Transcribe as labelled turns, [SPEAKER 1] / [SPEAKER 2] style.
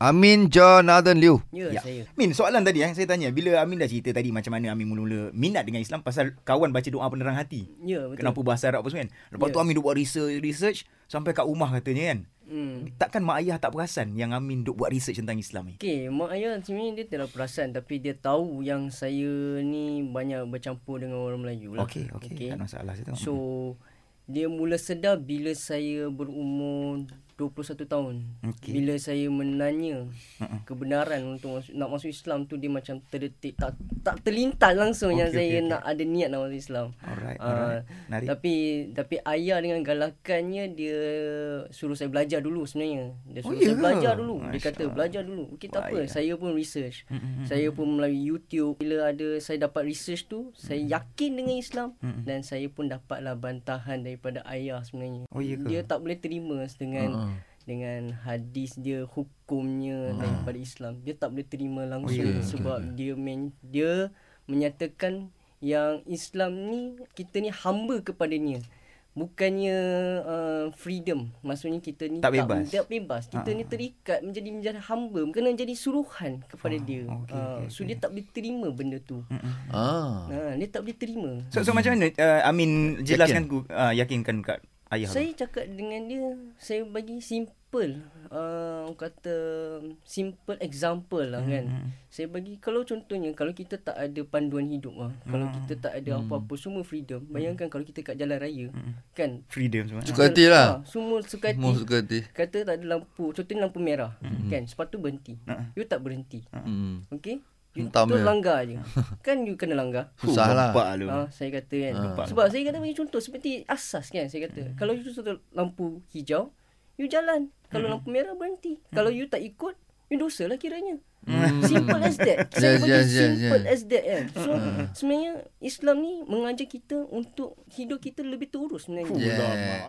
[SPEAKER 1] Amin Jonathan Liu.
[SPEAKER 2] Ya,
[SPEAKER 3] Ya.
[SPEAKER 2] ya. saya.
[SPEAKER 3] Min, soalan tadi eh, saya tanya. Bila Amin dah cerita tadi macam mana Amin mula-mula minat dengan Islam pasal kawan baca doa penerang hati.
[SPEAKER 2] Ya, betul.
[SPEAKER 3] Kenapa bahasa Arab apa semua kan. Lepas
[SPEAKER 2] Ya.
[SPEAKER 3] tu Amin duk buat research, research sampai kat rumah katanya kan.
[SPEAKER 2] Hmm.
[SPEAKER 3] Takkan mak ayah tak perasan yang Amin duk buat research tentang Islam ni?
[SPEAKER 2] Okey, mak ayah sebenarnya dia tidak perasan tapi dia tahu yang saya ni banyak bercampur dengan orang Melayu lah.
[SPEAKER 3] Okey, okey. Okay. Tak ada masalah saya tahu.
[SPEAKER 2] So, dia mula sedar bila saya berumur 21 tahun.
[SPEAKER 3] Okey.
[SPEAKER 2] Bila saya menanya kebenaran untuk masuk, nak masuk Islam tu dia macam terdetik tak tak terlintas langsung yang
[SPEAKER 3] Okey,
[SPEAKER 2] saya
[SPEAKER 3] okey, okey.
[SPEAKER 2] nak ada niat nak masuk Islam.
[SPEAKER 3] Alright,
[SPEAKER 2] Ah,
[SPEAKER 3] alright. Menarik.
[SPEAKER 2] tapi tapi ayah dengan galakannya dia suruh saya belajar dulu sebenarnya. Dia
[SPEAKER 3] Oh,
[SPEAKER 2] suruh oh, saya
[SPEAKER 3] ya ke?
[SPEAKER 2] belajar dulu. Dia
[SPEAKER 3] Masya Mm,
[SPEAKER 2] kata
[SPEAKER 3] Allah.
[SPEAKER 2] belajar dulu. Okey tak apa,
[SPEAKER 3] Baiklah.
[SPEAKER 2] saya pun research. Saya pun melalui YouTube bila ada saya dapat research tu, saya
[SPEAKER 3] Mm,
[SPEAKER 2] yakin dengan Islam dan saya pun dapatlah bantahan daripada ayah sebenarnya.
[SPEAKER 3] Oh, ya ke?
[SPEAKER 2] Dia tak boleh terima dengan
[SPEAKER 3] Ah,
[SPEAKER 2] dengan hadis dia hukumnya daripada Islam. Dia tak boleh terima langsung
[SPEAKER 3] ya ke?
[SPEAKER 2] sebab dia men, dia menyatakan yang Islam ni kita ni hamba kepadanya. Bukannya uh, freedom. Maksudnya kita ni
[SPEAKER 3] Tak bebas. Ah,
[SPEAKER 2] Tak, tak bebas. Kita ni terikat menjadi menjadi hamba, kena jadi suruhan kepada dia.
[SPEAKER 3] okey,
[SPEAKER 2] Ah,
[SPEAKER 3] okey,
[SPEAKER 2] so dia tak boleh terima benda tu.
[SPEAKER 4] Ah.
[SPEAKER 2] Ha, dia tak boleh terima.
[SPEAKER 3] So, so macam mana uh, Amin jelaskan ku, uh, yakinkan kat ayah tu?
[SPEAKER 2] Saya cakap dengan dia, saya bagi simple, uh, orang kata simple example lah kan. Saya bagi kalau contohnya kalau kita tak ada panduan hidup lah, kalau kita tak ada apa-apa semua freedom. Bayangkan kalau kita kat jalan raya kan.
[SPEAKER 3] Freedom semua.
[SPEAKER 4] Suka hati lah.
[SPEAKER 2] Ha, semua suka hati.
[SPEAKER 4] Semua suka hati.
[SPEAKER 2] Kata tak ada lampu, contohnya lampu merah kan, sepatu berhenti.
[SPEAKER 3] Ha.
[SPEAKER 2] You tak berhenti.
[SPEAKER 4] Hmm.
[SPEAKER 2] Okay? You
[SPEAKER 4] Hentam
[SPEAKER 2] tu
[SPEAKER 4] je.
[SPEAKER 2] langgar je. kan you kena langgar.
[SPEAKER 4] Susah lah.
[SPEAKER 3] Oh, lu.
[SPEAKER 2] Ha, saya kata kan.
[SPEAKER 4] Ah.
[SPEAKER 3] Nampak.
[SPEAKER 2] Sebab saya kata bagi contoh seperti asas kan saya
[SPEAKER 4] Hmm.
[SPEAKER 2] kata. Kalau you contoh lampu hijau, you jalan. Kalau
[SPEAKER 4] Hmm.
[SPEAKER 2] lampu merah berhenti. Kalau you tak ikut, you dosa lah kiranya. Simple as that. Saya
[SPEAKER 4] Hmm. Yes,
[SPEAKER 2] bagi
[SPEAKER 4] yes, yes, Hmm.
[SPEAKER 2] simple
[SPEAKER 4] yes.
[SPEAKER 2] as that kan. So sebenarnya Islam ni mengajar kita untuk hidup kita lebih terurus sebenarnya.
[SPEAKER 4] Hmm. Yeah.